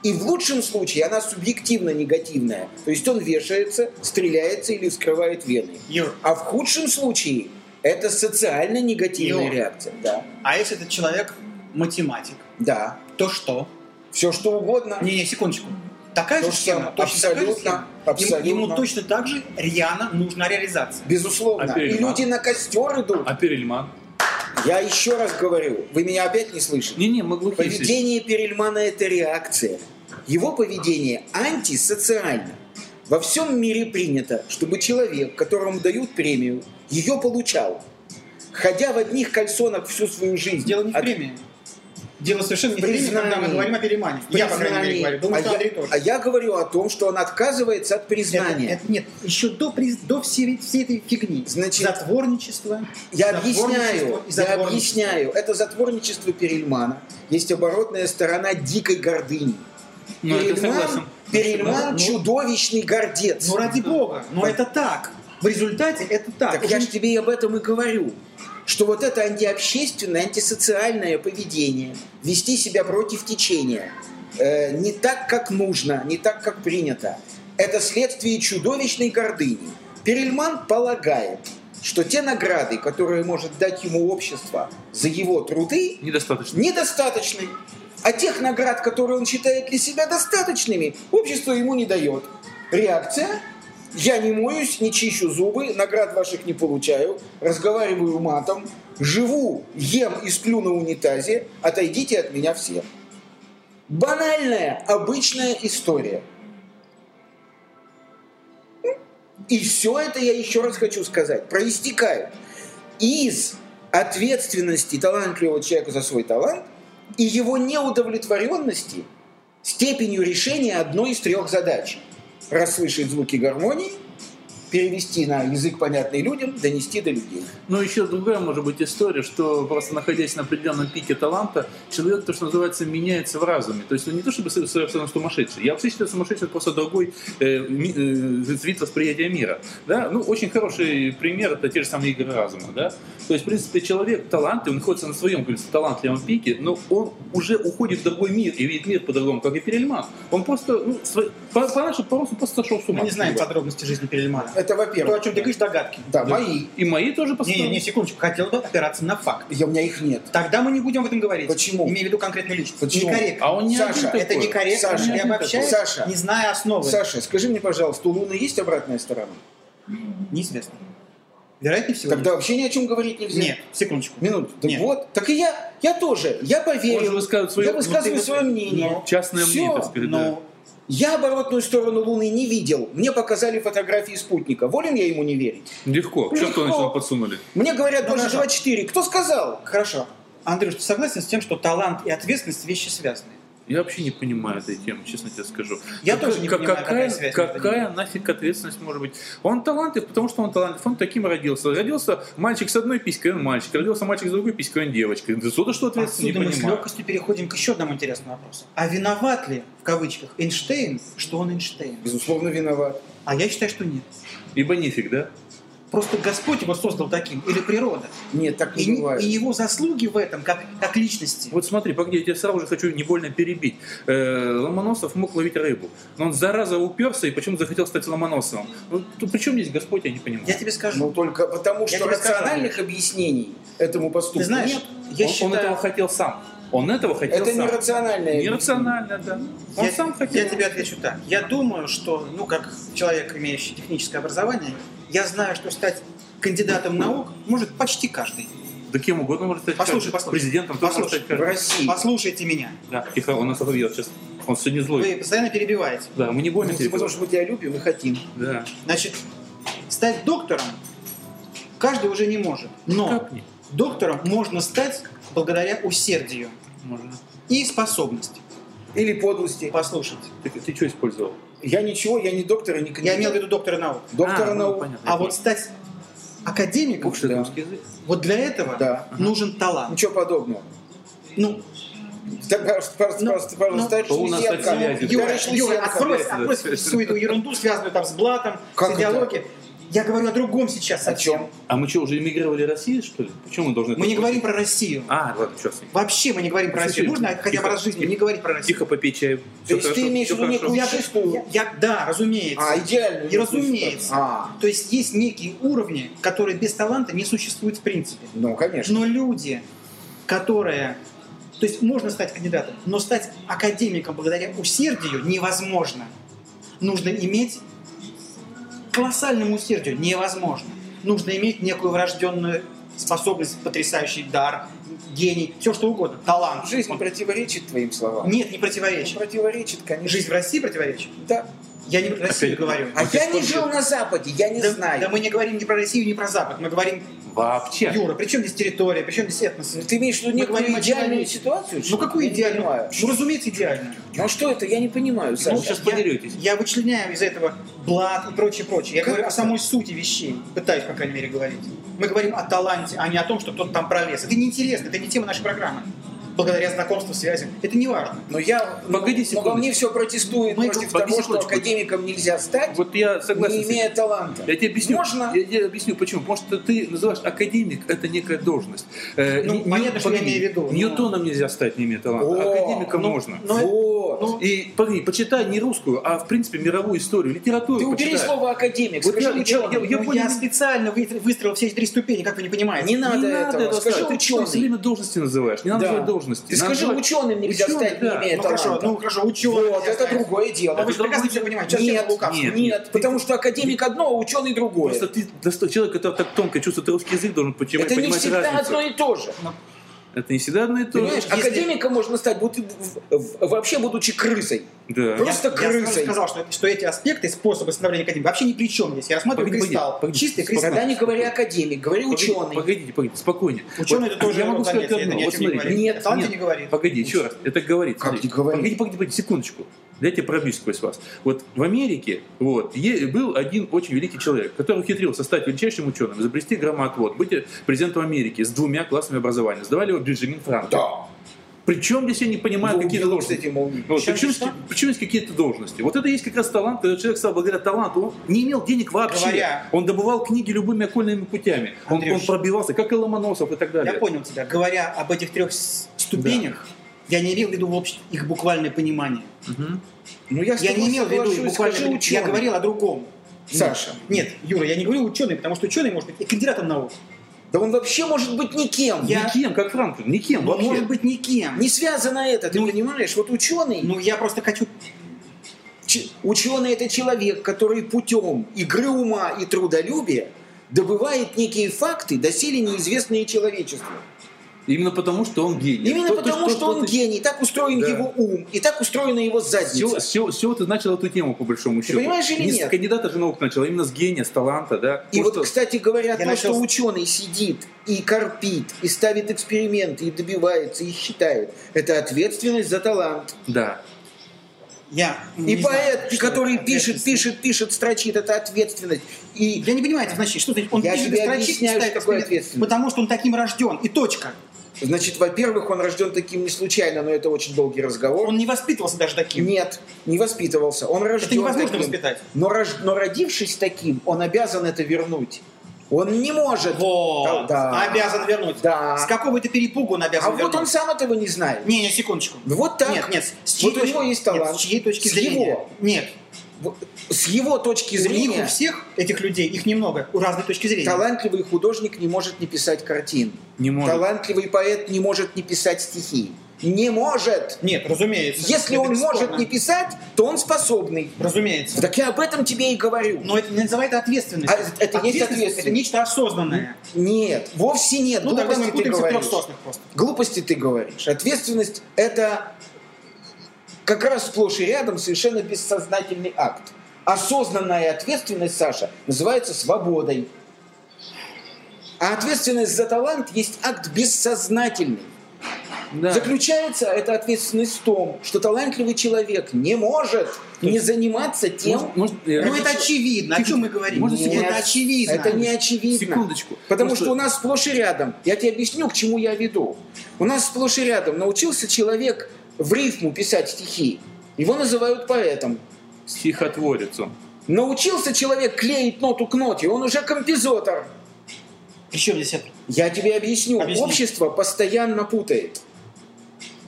Speaker 3: И в лучшем случае она субъективно негативная. То есть он вешается, стреляется или вскрывает вены.
Speaker 4: Юр,
Speaker 3: А в худшем случае это социально негативная
Speaker 2: Ну.
Speaker 4: Юр.
Speaker 3: реакция. Да.
Speaker 4: а если этот человек математик,
Speaker 3: Да.
Speaker 4: то что?
Speaker 3: Все что угодно.
Speaker 4: Не, не, секундочку. Такая
Speaker 3: То
Speaker 4: же
Speaker 3: же
Speaker 4: схема,
Speaker 3: самое.
Speaker 4: точно такая же
Speaker 3: Абсолютно,
Speaker 4: схема.
Speaker 3: абсолютно.
Speaker 4: Ему, ему точно так же реально нужна реализация.
Speaker 3: Безусловно.
Speaker 2: Опять
Speaker 3: и
Speaker 2: же, да.
Speaker 3: люди на костер идут.
Speaker 2: А Перельман?
Speaker 3: Я еще раз говорю, вы меня опять не слышите.
Speaker 2: Не-не, мы глухие. здесь.
Speaker 3: Поведение Перельмана – это реакция. Его поведение антисоциально. Во всем мире принято, чтобы человек, которому дают премию, ее получал. Ходя в одних кальсонах всю свою жизнь.
Speaker 4: Дело не в
Speaker 3: от-
Speaker 4: премии. Дело совершенно не в премии,
Speaker 3: А Признание.
Speaker 4: когда мы говорим о перемане. Я, по крайней мере,
Speaker 3: признании.
Speaker 4: говорю. Думаю,
Speaker 3: а,
Speaker 4: что
Speaker 3: я,
Speaker 4: Андрей тоже.
Speaker 3: а я говорю о том, что он отказывается от
Speaker 4: Это-
Speaker 3: признания.
Speaker 4: это нет, еще до, приз- до всей, всей этой фигни.
Speaker 3: Значит,
Speaker 4: затворничество.
Speaker 3: Я
Speaker 4: затворничество
Speaker 3: объясняю,
Speaker 4: и
Speaker 3: я
Speaker 4: затворничество.
Speaker 3: объясняю. Это затворничество Перельмана. Есть оборотная сторона дикой гордыни.
Speaker 2: Ну, это согласен.
Speaker 3: Перельман, Перельман
Speaker 4: Ну, ну.
Speaker 3: чудовищный гордец.
Speaker 4: Ну ради бога, но это так. В результате это так.
Speaker 3: Так
Speaker 4: Уже
Speaker 3: я же тебе и об этом и говорю. Что вот это антиобщественное, антисоциальное поведение, вести себя против течения, э, не так, как нужно, не так, как принято, это следствие чудовищной гордыни. Перельман полагает, что те награды, которые может дать ему общество за его труды,
Speaker 2: Недостаточно.
Speaker 3: недостаточны. А тех наград, которые он считает для себя достаточными, общество ему не дает. Реакция? Я не моюсь, не чищу зубы, наград ваших не получаю, разговариваю матом, живу, ем и сплю на унитазе, отойдите от меня все. Банальная, обычная история. И все это, я еще раз хочу сказать, проистекает из ответственности талантливого человека за свой талант и его неудовлетворенности степенью решения одной из трех задач. Расслышать звуки гармонии, перевести на язык, понятный людям, донести до людей.
Speaker 2: Но еще другая может быть история, что просто находясь на определенном пике таланта, человек, то, что называется, меняется в разуме. То есть он не то чтобы совершенно сумасшедший. Я вообще считаю, сумасшедший это просто другой э, ми- э, вид восприятия мира. Да? Ну, очень хороший пример это те же самые игры разума. Да? То есть, в принципе, человек талантливый, он находится на своем, как говорится, талантливом пике, но он уже уходит в другой мир и видит мир по-другому, как и Перельман. Он просто, ну, сво- по, по нашему по-русски просто сошел с ума.
Speaker 4: Мы не знаем подробности жизни Перельмана.
Speaker 3: Это
Speaker 4: То, о
Speaker 3: во-первых.
Speaker 4: чем ты говоришь, догадки.
Speaker 3: Э, Да, мои.
Speaker 2: И мои тоже
Speaker 4: Не, не, секундочку, хотел бы опираться на факт.
Speaker 3: Я, у меня их нет.
Speaker 4: Тогда мы не будем об этом говорить.
Speaker 3: Почему?
Speaker 4: Имею в виду конкретную личность.
Speaker 3: Почему?
Speaker 4: Некорректно.
Speaker 2: А он не
Speaker 3: Саша,
Speaker 2: один такой.
Speaker 4: Это некорректно.
Speaker 3: Саша,
Speaker 4: я
Speaker 2: не
Speaker 4: обобщаю,
Speaker 3: такой. Саша.
Speaker 4: не зная основы.
Speaker 3: Саша, скажи мне, пожалуйста, у Луны есть обратная сторона?
Speaker 4: Неизвестно. Вероятнее всего.
Speaker 3: Тогда вообще ни о чем говорить нельзя.
Speaker 4: Нет, секундочку.
Speaker 3: Минуту. Да
Speaker 4: Нет.
Speaker 3: вот. Так и я, я тоже. Я
Speaker 2: Он же
Speaker 3: поверил.
Speaker 2: высказывает свое
Speaker 3: я высказываю
Speaker 2: внутреннее-
Speaker 3: свое мнение.
Speaker 4: Ну,
Speaker 2: Частное
Speaker 3: Всё.
Speaker 2: мнение, так сказать, да.
Speaker 4: Но
Speaker 3: Я оборотную сторону Луны не видел. Мне показали фотографии спутника. Волен я ему не верить?
Speaker 2: Легко. Чё, что
Speaker 3: Легко.
Speaker 2: начал подсунули?
Speaker 3: Мне говорят,
Speaker 4: Ну,
Speaker 3: больше
Speaker 4: хорошо.
Speaker 3: 2-4. Кто сказал?
Speaker 4: хорошо. Андрюш, ты согласен с тем, что талант и ответственность вещи связаны?
Speaker 2: Я вообще не понимаю этой темы, честно тебе скажу.
Speaker 4: Я
Speaker 2: Как-
Speaker 4: тоже не
Speaker 2: как-
Speaker 4: понимаю, какая
Speaker 2: какая,
Speaker 4: связь между
Speaker 2: какая нафиг ответственность может быть. Он талантлив, потому что он талантлив. Он таким родился. Родился мальчик с одной писькой, он мальчик. Родился мальчик с другой писькой, он девочка. Да Отсюда что ответственность,
Speaker 4: Отсюда
Speaker 2: А, не
Speaker 4: мы с
Speaker 2: понимаю.
Speaker 4: легкостью переходим к еще одному интересному вопросу. А виноват ли, в кавычках, Эйнштейн, что он Эйнштейн?
Speaker 3: Безусловно, виноват.
Speaker 4: А я считаю, что нет.
Speaker 2: Ибо нифиг, да?
Speaker 4: Просто Господь его создал таким, или природа.
Speaker 3: Нет, так
Speaker 4: И,
Speaker 3: не бывает.
Speaker 4: и его заслуги в этом, как, как личности.
Speaker 2: Вот смотри, погоди, я тебя сразу же хочу не больно перебить. Э, Ломоносов мог ловить рыбу. Но он зараза уперся и почему захотел стать Ломоносовым. Ну, то при чем здесь Господь, я не понимаю.
Speaker 4: Я тебе скажу.
Speaker 2: Ну,
Speaker 3: Но только потому,
Speaker 4: Я
Speaker 3: что
Speaker 4: тебе скажу,
Speaker 3: рациональных объяснений этому поступку
Speaker 4: ты знаешь,
Speaker 3: нет.
Speaker 4: я
Speaker 2: он,
Speaker 4: считаю...
Speaker 2: он этого хотел сам. Он этого хотел
Speaker 3: Это
Speaker 2: сам.
Speaker 3: нерациональное.
Speaker 2: Нерационально, да. Он
Speaker 4: я,
Speaker 2: сам хотел.
Speaker 4: я тебе отвечу так. Я думаю, что, ну, как человек, имеющий техническое образование, я знаю, что стать кандидатом наук может почти каждый.
Speaker 2: Да кем угодно может стать.
Speaker 4: Послушай,
Speaker 2: каждый.
Speaker 4: послушай.
Speaker 2: Президентом тоже может
Speaker 4: Послушай,
Speaker 2: стать.
Speaker 3: В
Speaker 2: каждый.
Speaker 3: России.
Speaker 4: Послушайте меня.
Speaker 2: Да, тихо, он нас отовьет сейчас. Он сегодня злой.
Speaker 4: Вы постоянно перебиваете.
Speaker 2: Да, мы не
Speaker 3: Ну,
Speaker 2: больно тебе.
Speaker 3: Потому что мы тебя любим и хотим.
Speaker 2: Да.
Speaker 4: Значит, стать доктором каждый уже не может. Но
Speaker 2: Капни.
Speaker 4: доктором можно стать благодаря усердию
Speaker 2: Можно.
Speaker 4: и способности.
Speaker 3: Или подлости.
Speaker 4: Послушайте.
Speaker 2: Ты, ты что использовал?
Speaker 3: Я ничего, я не доктор и не
Speaker 4: Я
Speaker 3: кандидат.
Speaker 4: имел в виду доктора наук.
Speaker 3: Доктор
Speaker 2: А, ну,
Speaker 3: наук.
Speaker 2: понятно.
Speaker 4: А вот стать академиком,
Speaker 2: Ух, что это
Speaker 3: Да.
Speaker 2: русский язык.
Speaker 4: вот для этого
Speaker 3: Да.
Speaker 4: нужен талант.
Speaker 3: Ничего подобного.
Speaker 4: Ну,
Speaker 3: Так, пожалуйста,
Speaker 4: Ну,
Speaker 3: пожалуйста,
Speaker 4: ну,
Speaker 3: пожалуйста,
Speaker 2: то у нас
Speaker 3: Шлисенко.
Speaker 2: опять связи.
Speaker 3: Товарищ
Speaker 4: Юра,
Speaker 3: Шлисенко.
Speaker 4: Юра, отбрось,
Speaker 2: да.
Speaker 4: отбрось всю эту ерунду, связанную там с блатом,
Speaker 3: Как
Speaker 4: с
Speaker 3: это?
Speaker 4: идеологией. Я говорю о другом сейчас
Speaker 3: О
Speaker 4: совсем.
Speaker 3: чем?
Speaker 2: А мы что, уже эмигрировали Россию, что ли? Почему мы должны...
Speaker 4: Мы не
Speaker 2: это
Speaker 4: говорим про Россию.
Speaker 2: А, ладно, сейчас. с ним.
Speaker 4: Вообще мы не говорим про Россию.
Speaker 2: Слушай,
Speaker 4: Можно хотя бы
Speaker 2: тихо,
Speaker 4: раз в жизни
Speaker 2: тихо.
Speaker 4: не говорить про Россию?
Speaker 2: Тихо, попей чаю.
Speaker 3: То есть ты имеешь в виду некую
Speaker 4: Я-
Speaker 3: чистую?
Speaker 4: Я, да, разумеется.
Speaker 3: А, идеально.
Speaker 4: И разумеется.
Speaker 3: А,
Speaker 4: То есть есть некие уровни, которые без таланта не существуют в принципе.
Speaker 3: ну, конечно.
Speaker 4: Но люди, которые... То есть можно стать кандидатом, но стать академиком благодаря усердию невозможно. Нужно иметь колоссальному усердию невозможно. Нужно иметь некую врожденную способность, потрясающий дар, гений, все что угодно, талант.
Speaker 3: Жизнь
Speaker 4: Вот.
Speaker 3: противоречит твоим словам.
Speaker 4: Нет, не
Speaker 3: Жизнь
Speaker 4: противоречит.
Speaker 3: противоречит, конечно.
Speaker 4: Ну, Жизнь Ну, в России противоречит?
Speaker 3: Да.
Speaker 4: Я не про Россию говорю.
Speaker 3: А
Speaker 2: Вот
Speaker 3: я не
Speaker 2: используй.
Speaker 3: жил на Западе, я не
Speaker 4: да,
Speaker 3: знаю.
Speaker 4: да мы не говорим ни про Россию, ни про Запад. Мы говорим,
Speaker 2: Вообще.
Speaker 4: Юра, при чем здесь территория, при чем здесь этнос?
Speaker 3: Ну, Ты имеешь в виду
Speaker 4: Мы говорим
Speaker 3: некую
Speaker 4: о
Speaker 3: идеальную
Speaker 4: человеке.
Speaker 3: ситуацию? что
Speaker 4: Ну
Speaker 3: ли?
Speaker 4: какую
Speaker 3: Я не
Speaker 4: идеальную?
Speaker 3: понимаю.
Speaker 4: Ну разумеется идеальную.
Speaker 3: Ну что это, я не понимаю, Саша.
Speaker 2: сейчас
Speaker 4: Я-
Speaker 2: подеретесь.
Speaker 4: Я, вычленяю из этого блат и прочее, прочее. Я
Speaker 3: Как
Speaker 4: говорю о
Speaker 3: это?
Speaker 4: самой сути вещей. Пытаюсь, по крайней мере, говорить. Мы говорим о таланте, а не о том, что кто-то там пролез. Это неинтересно, это не тема нашей программы. Благодаря знакомству, связям. Это не важно.
Speaker 3: Но Ну, я...
Speaker 2: Погоди
Speaker 3: но
Speaker 2: секундочку.
Speaker 3: во мне все протестует
Speaker 4: Мы-
Speaker 3: против
Speaker 2: погоди
Speaker 3: того, что
Speaker 2: секундочку.
Speaker 3: академиком нельзя стать,
Speaker 2: Вот я согласен
Speaker 3: не
Speaker 2: с этим.
Speaker 3: имея таланта.
Speaker 2: Я тебе объясню.
Speaker 3: Можно?
Speaker 2: Я тебе объясню, почему. Потому что ты называешь академик, это некая должность. Э,
Speaker 4: Ну,
Speaker 2: Нью-
Speaker 4: понятно, что я
Speaker 2: погоди,
Speaker 4: имею в виду, но-
Speaker 2: Ньютоном нельзя стать, не имея таланта.
Speaker 3: О,
Speaker 2: Академиком
Speaker 4: ну,
Speaker 2: можно.
Speaker 4: ну,
Speaker 3: вот.
Speaker 4: ну,
Speaker 2: И, погоди, почитай не русскую, а, в принципе, мировую историю, литературу
Speaker 3: Ты убери
Speaker 2: почитай.
Speaker 3: слово академик,
Speaker 2: Вот
Speaker 3: скажи
Speaker 2: я- я-
Speaker 3: ученый.
Speaker 2: я-
Speaker 4: ну,
Speaker 2: понял.
Speaker 4: я специально вы- выстроил все эти три ступени, как вы не понимаете.
Speaker 3: Не надо
Speaker 2: не
Speaker 3: этого.
Speaker 2: надо этого
Speaker 3: Скажи
Speaker 2: сказать. Ты что,
Speaker 3: ученый.
Speaker 2: все время должности называешь? Не надо
Speaker 3: Да.
Speaker 2: называть должности.
Speaker 3: Ты
Speaker 2: Надо
Speaker 3: скажи,
Speaker 2: называть-
Speaker 3: ученым нельзя
Speaker 2: Ученый,
Speaker 3: стать,
Speaker 2: да.
Speaker 3: не имея
Speaker 4: Ну
Speaker 3: таланта.
Speaker 4: хорошо, ну хорошо, ученый.
Speaker 3: вот, это другое дело.
Speaker 4: Но вы же
Speaker 2: Это
Speaker 4: прекрасно
Speaker 2: другое-
Speaker 4: все понимаете. Сейчас
Speaker 3: Нет,
Speaker 4: тема лукавства.
Speaker 3: нет,
Speaker 2: Нет,
Speaker 3: нет, потому что академик одно, а ученый другое.
Speaker 2: Просто ты, да что, человек, который так тонко чувствует русский язык, должен почему
Speaker 3: это не
Speaker 2: понимать
Speaker 3: всегда
Speaker 2: разницу.
Speaker 3: одно и то же.
Speaker 2: Это не всегда одно и то же.
Speaker 3: Понимаешь,
Speaker 4: если-
Speaker 3: академиком можно стать, вот ты в- в- вообще будучи крысой.
Speaker 2: Да.
Speaker 4: Я-
Speaker 3: Просто
Speaker 4: я
Speaker 3: крысой.
Speaker 4: сразу сказал, что, что эти аспекты, способы становления академии вообще ни при чем здесь. Я рассматриваю
Speaker 2: Погоди, погоди,
Speaker 4: кристалл.
Speaker 2: погоди.
Speaker 4: Чистый кристалл.
Speaker 3: Тогда не говори академик, говори
Speaker 2: Погодите,
Speaker 3: ученый.
Speaker 2: Погодите, погодите, спокойнее.
Speaker 4: Ученый
Speaker 2: Вот
Speaker 4: это тоже
Speaker 2: Я могу
Speaker 4: род
Speaker 2: сказать
Speaker 4: занятий, это
Speaker 2: одно.
Speaker 4: ни о
Speaker 2: Вот
Speaker 4: чем не
Speaker 2: смотрите.
Speaker 4: говорит.
Speaker 3: Нет,
Speaker 4: Талант
Speaker 3: нет.
Speaker 4: не говорит.
Speaker 2: Погоди, еще раз, это говорит.
Speaker 3: Как
Speaker 2: Смотрите.
Speaker 3: не говорит?
Speaker 2: Погодите, погодите, погодите, секундочку. Дайте пробьюсь сквозь вас. Вот в Америке вот, е- был один очень великий человек, который ухитрился стать величайшим ученым, изобрести громоотвод, быть э, президентом Америки с двумя классами образования. Сдавали его Бенджамин Франклин.
Speaker 3: Да.
Speaker 2: Причем здесь я не понимаю,
Speaker 3: Ну,
Speaker 2: какие-то
Speaker 3: убил,
Speaker 2: должности.
Speaker 3: кстати, молнию.
Speaker 2: Вот,
Speaker 4: Причем
Speaker 2: причем,
Speaker 4: здесь что?
Speaker 2: причем есть какие-то должности. Вот это есть как раз талант, когда человек стал благодаря таланту, он не имел денег вообще.
Speaker 4: Говоря-
Speaker 2: Он добывал книги любыми окольными путями. Он,
Speaker 4: Андрюш.
Speaker 2: он пробивался, как и Ломоносов и так далее.
Speaker 4: Я понял тебя. Говоря об этих трех с- ступенях, я не имел в виду в общ- их буквальное понимание.
Speaker 2: Мгм.
Speaker 3: Ну, я, с
Speaker 4: Я
Speaker 3: тобой
Speaker 4: не имел в виду их
Speaker 3: соглашусь,
Speaker 4: буквальное
Speaker 3: скажи
Speaker 4: понимание. Я
Speaker 3: ученый.
Speaker 4: говорил о другом.
Speaker 3: Саша,
Speaker 4: Нет, Юра, я не говорю ученый, потому что ученый может быть и кандидатом наук.
Speaker 3: да он вообще может быть никем.
Speaker 4: Я-
Speaker 2: Никем, как Франклин, никем
Speaker 4: Но
Speaker 2: вообще.
Speaker 4: может быть никем.
Speaker 3: Не связано это, ты понимаешь? Вот ученый,
Speaker 4: Ну, я просто хочу...
Speaker 3: Ч- Ученый – это человек, который путем игры ума и трудолюбия добывает некие факты, доселе неизвестные человечеству.
Speaker 2: Именно потому, что он гений.
Speaker 3: Именно потому, что, он гений, так устроен
Speaker 2: Да.
Speaker 3: его ум, и так устроена его задница.
Speaker 2: Все, ты начал эту тему, по большому счету.
Speaker 3: понимаешь или
Speaker 2: Не
Speaker 3: нет?
Speaker 2: с кандидата же наук начал, а именно с гения, с таланта, да.
Speaker 3: И
Speaker 2: Просто-
Speaker 3: вот, кстати говоря, то,
Speaker 4: Я начал
Speaker 3: что
Speaker 4: с-
Speaker 3: ученый сидит и корпит, и ставит эксперименты, и добивается, и считает, это ответственность за талант.
Speaker 2: Да.
Speaker 4: Я
Speaker 3: и
Speaker 4: не знаю,
Speaker 3: поэт,
Speaker 4: что
Speaker 3: который
Speaker 4: это
Speaker 3: пишет,
Speaker 4: ответственность.
Speaker 3: пишет, пишет, строчит, это ответственность. И
Speaker 4: Я не понимаю, это значит, что значит, он
Speaker 3: Я
Speaker 4: пишет
Speaker 3: тебе
Speaker 4: и строчит,
Speaker 3: объясняю,
Speaker 4: читает
Speaker 3: что такое
Speaker 4: эксперимент,
Speaker 3: ответственность.
Speaker 4: Потому что он таким рожден. И точка.
Speaker 3: Значит, во-первых, он рожден таким не случайно, но это очень долгий разговор.
Speaker 4: Он не воспитывался даже таким.
Speaker 3: Нет, не воспитывался. Он рожден
Speaker 4: невозможно
Speaker 3: таким.
Speaker 4: воспитать.
Speaker 3: Но, рож- но родившись таким, он обязан это вернуть. Он не может.
Speaker 4: Вот.
Speaker 3: Да.
Speaker 4: Обязан вернуть.
Speaker 3: Да.
Speaker 4: С какого-то перепугу он
Speaker 3: А
Speaker 4: обязан
Speaker 3: вот
Speaker 4: вернуть.
Speaker 3: он сам этого не знает.
Speaker 4: Не, не, секундочку.
Speaker 3: Вот так.
Speaker 4: Нет, нет. С чьей
Speaker 3: вот у
Speaker 4: точки...
Speaker 3: него есть
Speaker 4: нет,
Speaker 3: талант.
Speaker 4: с чьей точки
Speaker 3: С
Speaker 4: зрения?
Speaker 3: его.
Speaker 4: Нет.
Speaker 3: В- С его точки
Speaker 4: У них у
Speaker 3: зрения
Speaker 4: всех этих людей, их немного, у разной точки зрения.
Speaker 3: талантливый художник не может не писать картин.
Speaker 2: Не может.
Speaker 3: Талантливый поэт не может не писать стихи. Не может.
Speaker 4: Нет, разумеется.
Speaker 3: Если
Speaker 4: Это
Speaker 3: он
Speaker 4: бесспорно.
Speaker 3: может не писать, то он способный.
Speaker 4: Разумеется.
Speaker 3: Так я об этом тебе и говорю.
Speaker 4: Но это не называй это ответственность.
Speaker 3: А это- это есть ответственность.
Speaker 4: Это нечто осознанное.
Speaker 3: Нет, вовсе нет.
Speaker 4: Ну, тогда
Speaker 3: Глупости
Speaker 4: мы
Speaker 3: ты
Speaker 4: путаемся в
Speaker 3: говоришь.
Speaker 4: трех соснах просто.
Speaker 3: Глупости ты говоришь. Ответственность – это как раз сплошь и рядом совершенно бессознательный акт. Осознанная ответственность, Саша, называется свободой. А ответственность за талант есть акт бессознательный.
Speaker 2: Да.
Speaker 3: Заключается эта ответственность в том, что талантливый человек не может не заниматься тем,
Speaker 2: Может- может, э,
Speaker 4: Ну, это очевидно. О чем мы говорим?
Speaker 2: Можно
Speaker 4: Нет,
Speaker 2: секунду?
Speaker 4: это очевидно.
Speaker 3: Это не очевидно.
Speaker 2: Секундочку.
Speaker 3: Потому
Speaker 2: Просто-
Speaker 3: что у нас сплошь и рядом. Я тебе объясню, к чему я веду. У нас сплошь и рядом научился человек в рифму писать стихи. Его называют поэтом.
Speaker 2: стихотворец он.
Speaker 3: Научился человек клеить ноту к ноте, он уже композитор.
Speaker 4: Причем здесь это?
Speaker 3: Я тебе объясню.
Speaker 4: Объясни.
Speaker 3: Общество постоянно путает,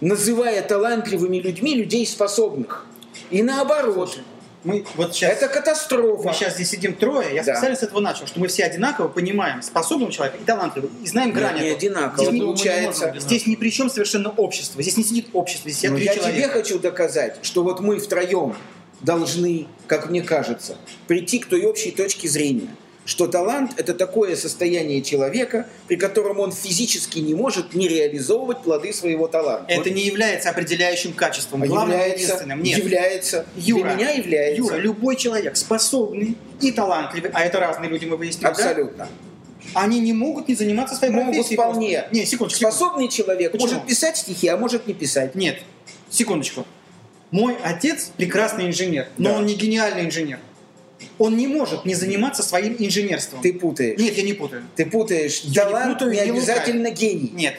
Speaker 3: называя талантливыми людьми людей способных. И наоборот.
Speaker 4: Мы вот сейчас...
Speaker 3: это катастрофа.
Speaker 4: Мы сейчас здесь сидим трое, я
Speaker 3: Да.
Speaker 4: специально с этого начал, что мы все одинаково понимаем способного человека и талантливого, и знаем
Speaker 3: Нет,
Speaker 4: грани.
Speaker 3: не
Speaker 4: этого.
Speaker 3: одинаково
Speaker 4: Здесь, не-
Speaker 3: получается.
Speaker 4: мы не можем здесь ни при чем совершенно общество, здесь не сидит общество, здесь сидят
Speaker 3: Но
Speaker 4: три
Speaker 3: Ну, я тебе
Speaker 4: человека.
Speaker 3: хочу доказать, что вот мы втроем должны, как мне кажется, прийти к той общей точке зрения, что талант – это такое состояние человека, при котором он физически не может не реализовывать плоды своего таланта.
Speaker 4: Это не является определяющим качеством,
Speaker 3: А
Speaker 4: главным и
Speaker 3: является,
Speaker 4: единственным. Нет.
Speaker 3: является,
Speaker 4: Юра,
Speaker 3: для меня является.
Speaker 4: Юра, любой человек способный и талантливый, а это разные люди, мы выяснили, да?
Speaker 3: Абсолютно.
Speaker 4: Они не могут не заниматься своей
Speaker 3: Могут
Speaker 4: профессией.
Speaker 3: вполне.
Speaker 4: просто. Не, секундочку. секундочку.
Speaker 3: Способный человек
Speaker 4: Почему?
Speaker 3: может писать стихи, а может не писать.
Speaker 4: Нет, секундочку. Мой отец прекрасный инженер, но
Speaker 3: Да.
Speaker 4: он не гениальный инженер. Он не может не заниматься своим инженерством.
Speaker 3: Ты путаешь.
Speaker 4: Нет, я не путаю.
Speaker 3: Ты путаешь.
Speaker 4: Я не
Speaker 3: талант не,
Speaker 4: путаю, не
Speaker 3: обязательно гений.
Speaker 4: Нет.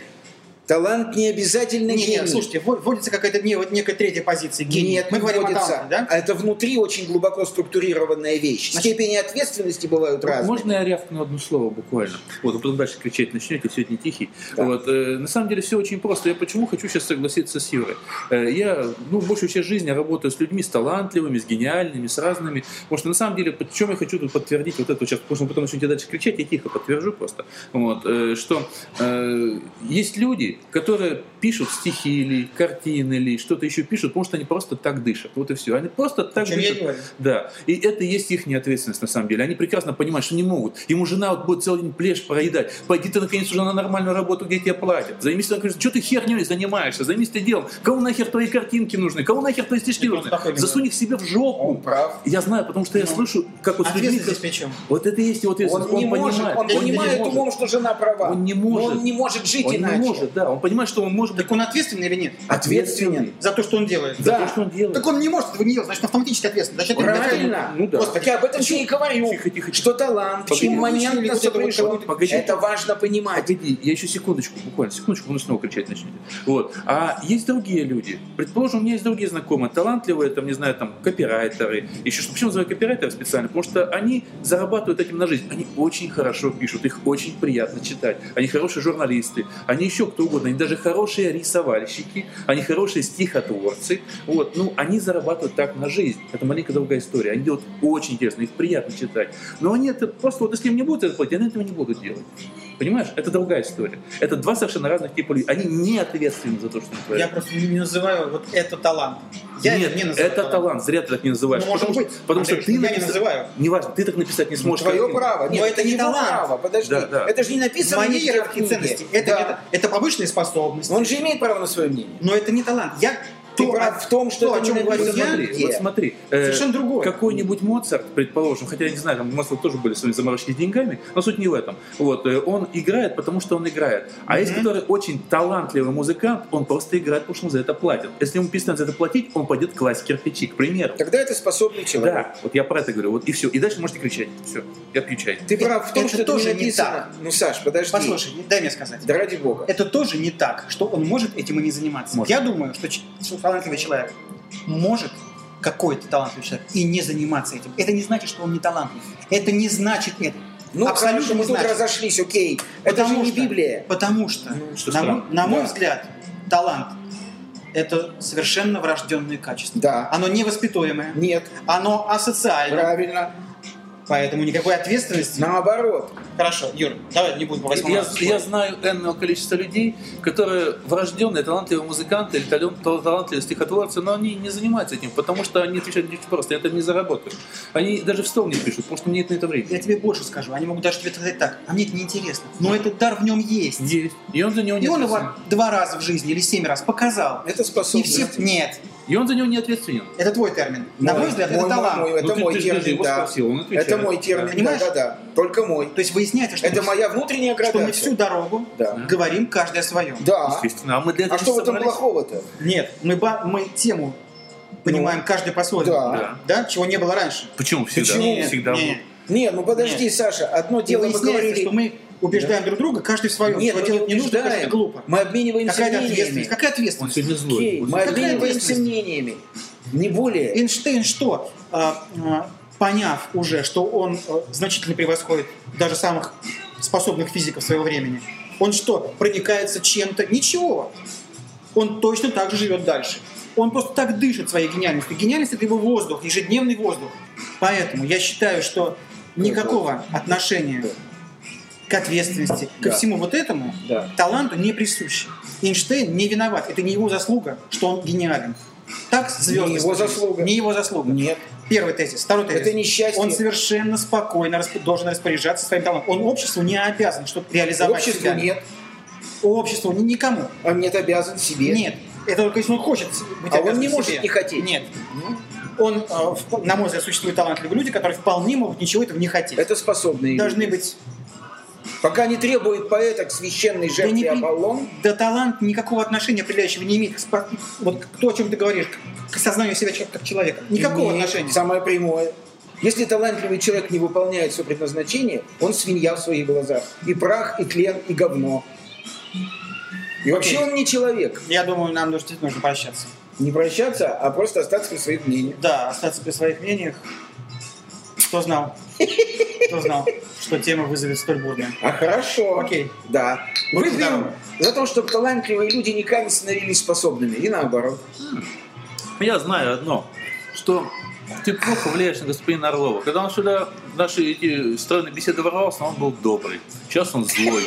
Speaker 3: Талант не обязательно
Speaker 4: Нет,
Speaker 3: Ну, гений.
Speaker 4: нет, слушайте, ввод- вводится какая-то не, вот некая третья позиция. Гений.
Speaker 3: Нет,
Speaker 4: мы
Speaker 3: не
Speaker 4: говорим о
Speaker 3: вводится.
Speaker 4: таланте, да?
Speaker 3: А Это внутри очень глубоко структурированная вещь.
Speaker 4: Значит-
Speaker 3: Степени ответственности бывают разные.
Speaker 2: Можно я рявкну одно слово буквально? Вот, а потом дальше кричать начнете, сегодня тихий.
Speaker 3: Да.
Speaker 2: Вот, э, на самом деле все очень просто. Я почему хочу сейчас согласиться с Юрой? Э, я, ну, большую часть жизни работаю с людьми, с талантливыми, с гениальными, с разными. Потому что на самом деле, под- чем я хочу тут подтвердить вот это сейчас, потому что потом начнете дальше кричать, я тихо подтвержу просто. Вот, э, что э, есть люди, людей, которые пишут стихи или картины или что-то еще пишут, потому что они просто так дышат. Вот и все. Они просто так
Speaker 4: Чем я и
Speaker 2: дышат.
Speaker 4: говорю.
Speaker 2: Да, и это и есть их ответственность на самом деле. Они прекрасно понимают, что не могут. Ему жена вот будет целый день плешь проедать. Пойди ты наконец уже на нормальную работу, где тебе платят. Займись, она говорит, что ты херней занимаешься, займись ты делом. Кому нахер твои картинки нужны, кому нахер твои стишки
Speaker 4: Я
Speaker 2: нужны.
Speaker 4: просто такой не
Speaker 2: Засунь их себе в жопу.
Speaker 3: Он прав. Ну,
Speaker 2: Я знаю, потому что я слышу, как вот с людьми...
Speaker 4: Ответственность здесь при чем?
Speaker 2: Вот это и есть его
Speaker 3: Он,
Speaker 2: ответственность.
Speaker 3: не может,
Speaker 2: понимает,
Speaker 3: он,
Speaker 2: не
Speaker 3: понимает
Speaker 2: может.
Speaker 3: умом, что жена права.
Speaker 2: Он не
Speaker 3: Но
Speaker 2: может.
Speaker 3: он не может жить
Speaker 2: Он
Speaker 3: иначе.
Speaker 2: не может, да. Он понимает, что он может быть
Speaker 4: Так он ответственный или нет?
Speaker 3: Ответственен.
Speaker 4: За то, что он делает.
Speaker 2: за
Speaker 3: Да.
Speaker 2: то, что он делает.
Speaker 4: Так он не может этого не делать, значит автоматически ответственный. Зачем ты
Speaker 3: Правильно.
Speaker 2: Ну да.
Speaker 3: Просто я об этом же и говорю.
Speaker 2: Тихо, тихо, тихо.
Speaker 3: Что талант,
Speaker 2: Погоди.
Speaker 4: Или
Speaker 3: имманентно
Speaker 4: вот это вот
Speaker 3: сопряжен.
Speaker 4: кого-то-
Speaker 2: Погоди.
Speaker 3: Это важно понимать.
Speaker 2: Погоди, я еще секундочку, буквально секундочку, он снова кричать начнет. Вот. А есть другие люди. Предположим, у меня есть другие знакомые, талантливые, там, не знаю, там, копирайтеры. Еще что. Почему называю копирайтеров специально? Потому что они зарабатывают этим на жизнь. Они очень хорошо пишут, их очень приятно читать. Они хорошие журналисты, они еще кто угодно. Они даже хорошие рисовальщики, они хорошие стихотворцы. Вот. Ну, они зарабатывают так на жизнь. Это маленькая другая история. Они делают очень интересно, их приятно читать. Но они это просто, вот если им не будут это платить, они этого не будут делать. Понимаешь? Это другая история. Это два совершенно разных типа людей. Они не ответственны за то, что они
Speaker 4: Я
Speaker 2: творят.
Speaker 4: просто не называю вот это талант. Я
Speaker 2: Нет,
Speaker 4: это не называю.
Speaker 2: это талант. Зря ты так не называешь.
Speaker 4: Ну, может
Speaker 2: потому,
Speaker 4: быть.
Speaker 2: что- потому
Speaker 4: Андрей,
Speaker 2: что ты
Speaker 4: я не
Speaker 2: написал-
Speaker 4: называю. Ну,
Speaker 2: Неважно, ты так написать не сможешь.
Speaker 3: Твое
Speaker 2: как им.
Speaker 3: право. Нет,
Speaker 4: Но это не
Speaker 3: его
Speaker 4: талант.
Speaker 3: право. Подожди.
Speaker 2: Да, да.
Speaker 3: Это же не написано
Speaker 4: Мои
Speaker 3: нигде в
Speaker 4: иерархии
Speaker 3: книге.
Speaker 4: ценностей. Это,
Speaker 3: Да.
Speaker 4: это, это повышенные способности.
Speaker 3: Он же имеет право на свое мнение.
Speaker 4: Но это не талант. Я
Speaker 3: Ты
Speaker 4: то,
Speaker 3: прав в том, что
Speaker 4: то,
Speaker 3: это
Speaker 4: о чем
Speaker 3: не
Speaker 4: говорю
Speaker 2: Вот
Speaker 3: написано
Speaker 4: я,
Speaker 2: смотри,
Speaker 3: Где?
Speaker 2: вот смотри. э,
Speaker 4: совершенно другое.
Speaker 2: Какой-нибудь Моцарт, предположим, хотя я не знаю, там у Моцарта тоже были свои заморочки с деньгами, но суть не в этом. Вот, э, он играет, потому что он играет. А есть, который очень талантливый музыкант, он просто играет, потому что ему за это платят. Если ему перестанут за это платить, он пойдет класть кирпичи, к примеру.
Speaker 3: Тогда это способный человек.
Speaker 2: Да, вот я про это говорю. Вот и все. И дальше можете кричать. Все, я пью чай.
Speaker 3: Ты прав в том,
Speaker 4: Это
Speaker 3: что это
Speaker 4: тоже
Speaker 3: не
Speaker 4: не
Speaker 3: написано. Ну, Саш, подожди.
Speaker 4: Послушай, дай мне сказать.
Speaker 3: Да ради бога.
Speaker 4: Это тоже не так, что он может этим и не заниматься.
Speaker 2: Может.
Speaker 4: Я думаю, что ч- что талантливый человек может какой-то талантливый человек и не заниматься этим. Это не значит, что он не талантлив. Это не значит это.
Speaker 3: Ну,
Speaker 4: Абсолютно
Speaker 3: хорошо,
Speaker 4: не
Speaker 3: мы тут
Speaker 4: значит.
Speaker 3: разошлись, окей. Это же
Speaker 4: Потому
Speaker 3: не
Speaker 4: что-
Speaker 3: Библия.
Speaker 4: Потому что,
Speaker 3: Ну,
Speaker 2: что
Speaker 4: на, мой-
Speaker 2: странно.
Speaker 4: на мой
Speaker 3: Да.
Speaker 4: взгляд, талант это совершенно врожденное качество.
Speaker 3: Да.
Speaker 4: Оно невоспитуемое,
Speaker 3: Нет.
Speaker 4: оно асоциальное,
Speaker 3: Правильно.
Speaker 4: поэтому никакой ответственности.
Speaker 3: Наоборот.
Speaker 4: Хорошо, Юр, давай не будем по восьмому
Speaker 2: Я, я
Speaker 4: разу спорить.
Speaker 2: знаю энное количество людей, которые врожденные талантливые музыканты или тален- тал- талантливые стихотворцы, но они не занимаются этим, потому что они отвечают очень просто, я это не заработаю. Они даже в стол не пишут, потому что мне это на это
Speaker 4: Я
Speaker 2: время.
Speaker 4: тебе больше скажу, они могут даже тебе сказать так, а мне это неинтересно. Но этот дар в нем есть.
Speaker 2: Есть. И он за него не
Speaker 4: И
Speaker 3: Ну,
Speaker 4: он
Speaker 2: ответственен.
Speaker 4: его два раза в жизни или семь раз показал.
Speaker 3: Это
Speaker 4: И
Speaker 3: способность.
Speaker 4: все... Нет,
Speaker 2: И он за него не ответственен.
Speaker 4: это твой термин. На
Speaker 3: Мой,
Speaker 4: мой взгляд, это
Speaker 3: мой,
Speaker 4: талант.
Speaker 3: мой, мой. Это
Speaker 2: Ну, ты- ты же
Speaker 3: термин,
Speaker 2: его
Speaker 3: да.
Speaker 2: спросил, он отвечает.
Speaker 3: Это мой
Speaker 2: Да.
Speaker 3: термин, да,
Speaker 4: Понимаешь?
Speaker 3: да, да. Только мой.
Speaker 4: То есть выясняется, что,
Speaker 3: Это
Speaker 4: мы,
Speaker 3: моя внутренняя
Speaker 4: что мы
Speaker 3: градация.
Speaker 4: всю дорогу
Speaker 3: Да.
Speaker 4: говорим каждый о своем.
Speaker 3: Да.
Speaker 2: Естественно. А мы для этого
Speaker 3: А что в этом
Speaker 2: собрались.
Speaker 3: плохого-то?
Speaker 4: Нет, мы, ба- мы тему понимаем каждый по-своему.
Speaker 3: Ну, Да.
Speaker 4: Да, чего не было раньше.
Speaker 2: Почему всегда?
Speaker 3: Почему?
Speaker 2: Всегда
Speaker 4: Нет.
Speaker 2: был.
Speaker 3: Не, ну подожди,
Speaker 4: Нет.
Speaker 3: Саша, одно
Speaker 4: И
Speaker 3: дело мы
Speaker 4: выясняется,
Speaker 3: говорили...
Speaker 4: что мы убеждаем друг друга, каждый в своем.
Speaker 3: Нет,
Speaker 4: Чего
Speaker 3: мы
Speaker 4: делать
Speaker 3: не
Speaker 4: не нужно, потому что
Speaker 3: убеждаем.
Speaker 4: это глупо.
Speaker 3: Мы обмениваемся
Speaker 4: Какая
Speaker 3: мнениями.
Speaker 4: ответственность? Какая
Speaker 2: Он
Speaker 4: ответственность?
Speaker 2: сегодня злой. Он
Speaker 3: Окей, мы
Speaker 2: сегодня-
Speaker 4: Какая
Speaker 3: обмениваемся
Speaker 4: ответственность?
Speaker 3: мнениями. Не более.
Speaker 4: Эйнштейн что? А, а, Поняв уже, что он а, значительно превосходит даже самых способных физиков своего времени, он что, проникается чем-то? Ничего. Он точно так же живет дальше. Он просто так дышит своей гениальностью. Гениальность – это его воздух, ежедневный воздух. Поэтому я считаю, что никакого отношения к ответственности, ко
Speaker 3: Да.
Speaker 4: всему вот этому
Speaker 3: Да.
Speaker 4: таланту не присуще. Эйнштейн не виноват. Это не его заслуга, что он гениален. Так звезды.
Speaker 3: Не его
Speaker 4: сложились.
Speaker 3: заслуга.
Speaker 4: Не его заслуга.
Speaker 3: Нет.
Speaker 4: Первый тезис. Второй тезис.
Speaker 3: Это несчастье.
Speaker 4: Он совершенно спокойно расп- должен распоряжаться своим талантом. Он обществу не обязан, чтобы реализовать
Speaker 3: Обществу
Speaker 4: себя.
Speaker 3: нет.
Speaker 4: Обществу ни- никому.
Speaker 3: Он нет обязан себе.
Speaker 4: Нет. Это только если он хочет быть
Speaker 3: А он
Speaker 4: обязанным
Speaker 3: не может
Speaker 4: себе.
Speaker 3: не хотеть.
Speaker 4: Нет.
Speaker 3: Ну,
Speaker 4: Он, э, в- на мой взгляд, существуют талантливые люди, которые вполне могут ничего этого не хотеть.
Speaker 3: Это способные
Speaker 4: Должны
Speaker 3: люди.
Speaker 4: быть...
Speaker 3: Пока не требует поэта к священной
Speaker 4: Да
Speaker 3: жертве
Speaker 4: не при-
Speaker 3: Аполлон,
Speaker 4: Да талант никакого отношения определяющего не имеет. к спа- Вот то, о чем ты говоришь, к- к сознанию себя чел- как человека. Никакого
Speaker 3: имеет
Speaker 4: отношения.
Speaker 3: Самое прямое. Если талантливый человек не выполняет свое предназначение, он свинья в своих глазах. И прах, и тлен, и говно. И вообще он не человек.
Speaker 4: Я думаю, нам нужно, нужно прощаться.
Speaker 3: Не прощаться, а просто остаться при своих мнениях.
Speaker 4: Да, остаться при своих мнениях. Кто знал? Кто знал, что тема вызовет столь бурную?
Speaker 3: А хорошо.
Speaker 4: Окей.
Speaker 3: Да.
Speaker 4: Будьте
Speaker 3: Выпьем
Speaker 4: здоровы.
Speaker 3: за то, чтобы талантливые люди никогда не становились способными. И наоборот.
Speaker 2: Я знаю одно, что ты плохо влияешь на господина Орлова. Когда он сюда в наши эти стройные беседы ворвался, он был добрый. Сейчас он злой.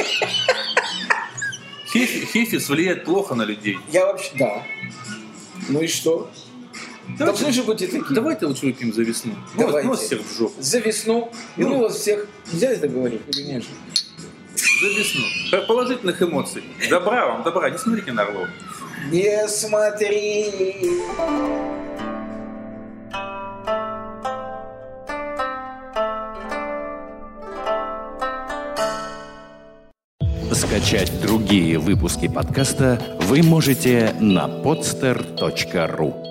Speaker 2: Хефи- Хефис влияет плохо на людей.
Speaker 3: Я вообще... Да. Ну и что? Должны же быть и такие.
Speaker 2: Давайте лучше выпьем за весну. Нос-
Speaker 3: Давайте.
Speaker 2: Нос всех в жопу.
Speaker 3: За весну. Ну, у вас всех... Нельзя это говорить? Или нет?
Speaker 2: За весну. П- Положительных эмоций. Добра вам, добра. Не смотрите на Орлова.
Speaker 3: Не смотри.
Speaker 1: Скачать другие выпуски подкаста вы можете на podster.ru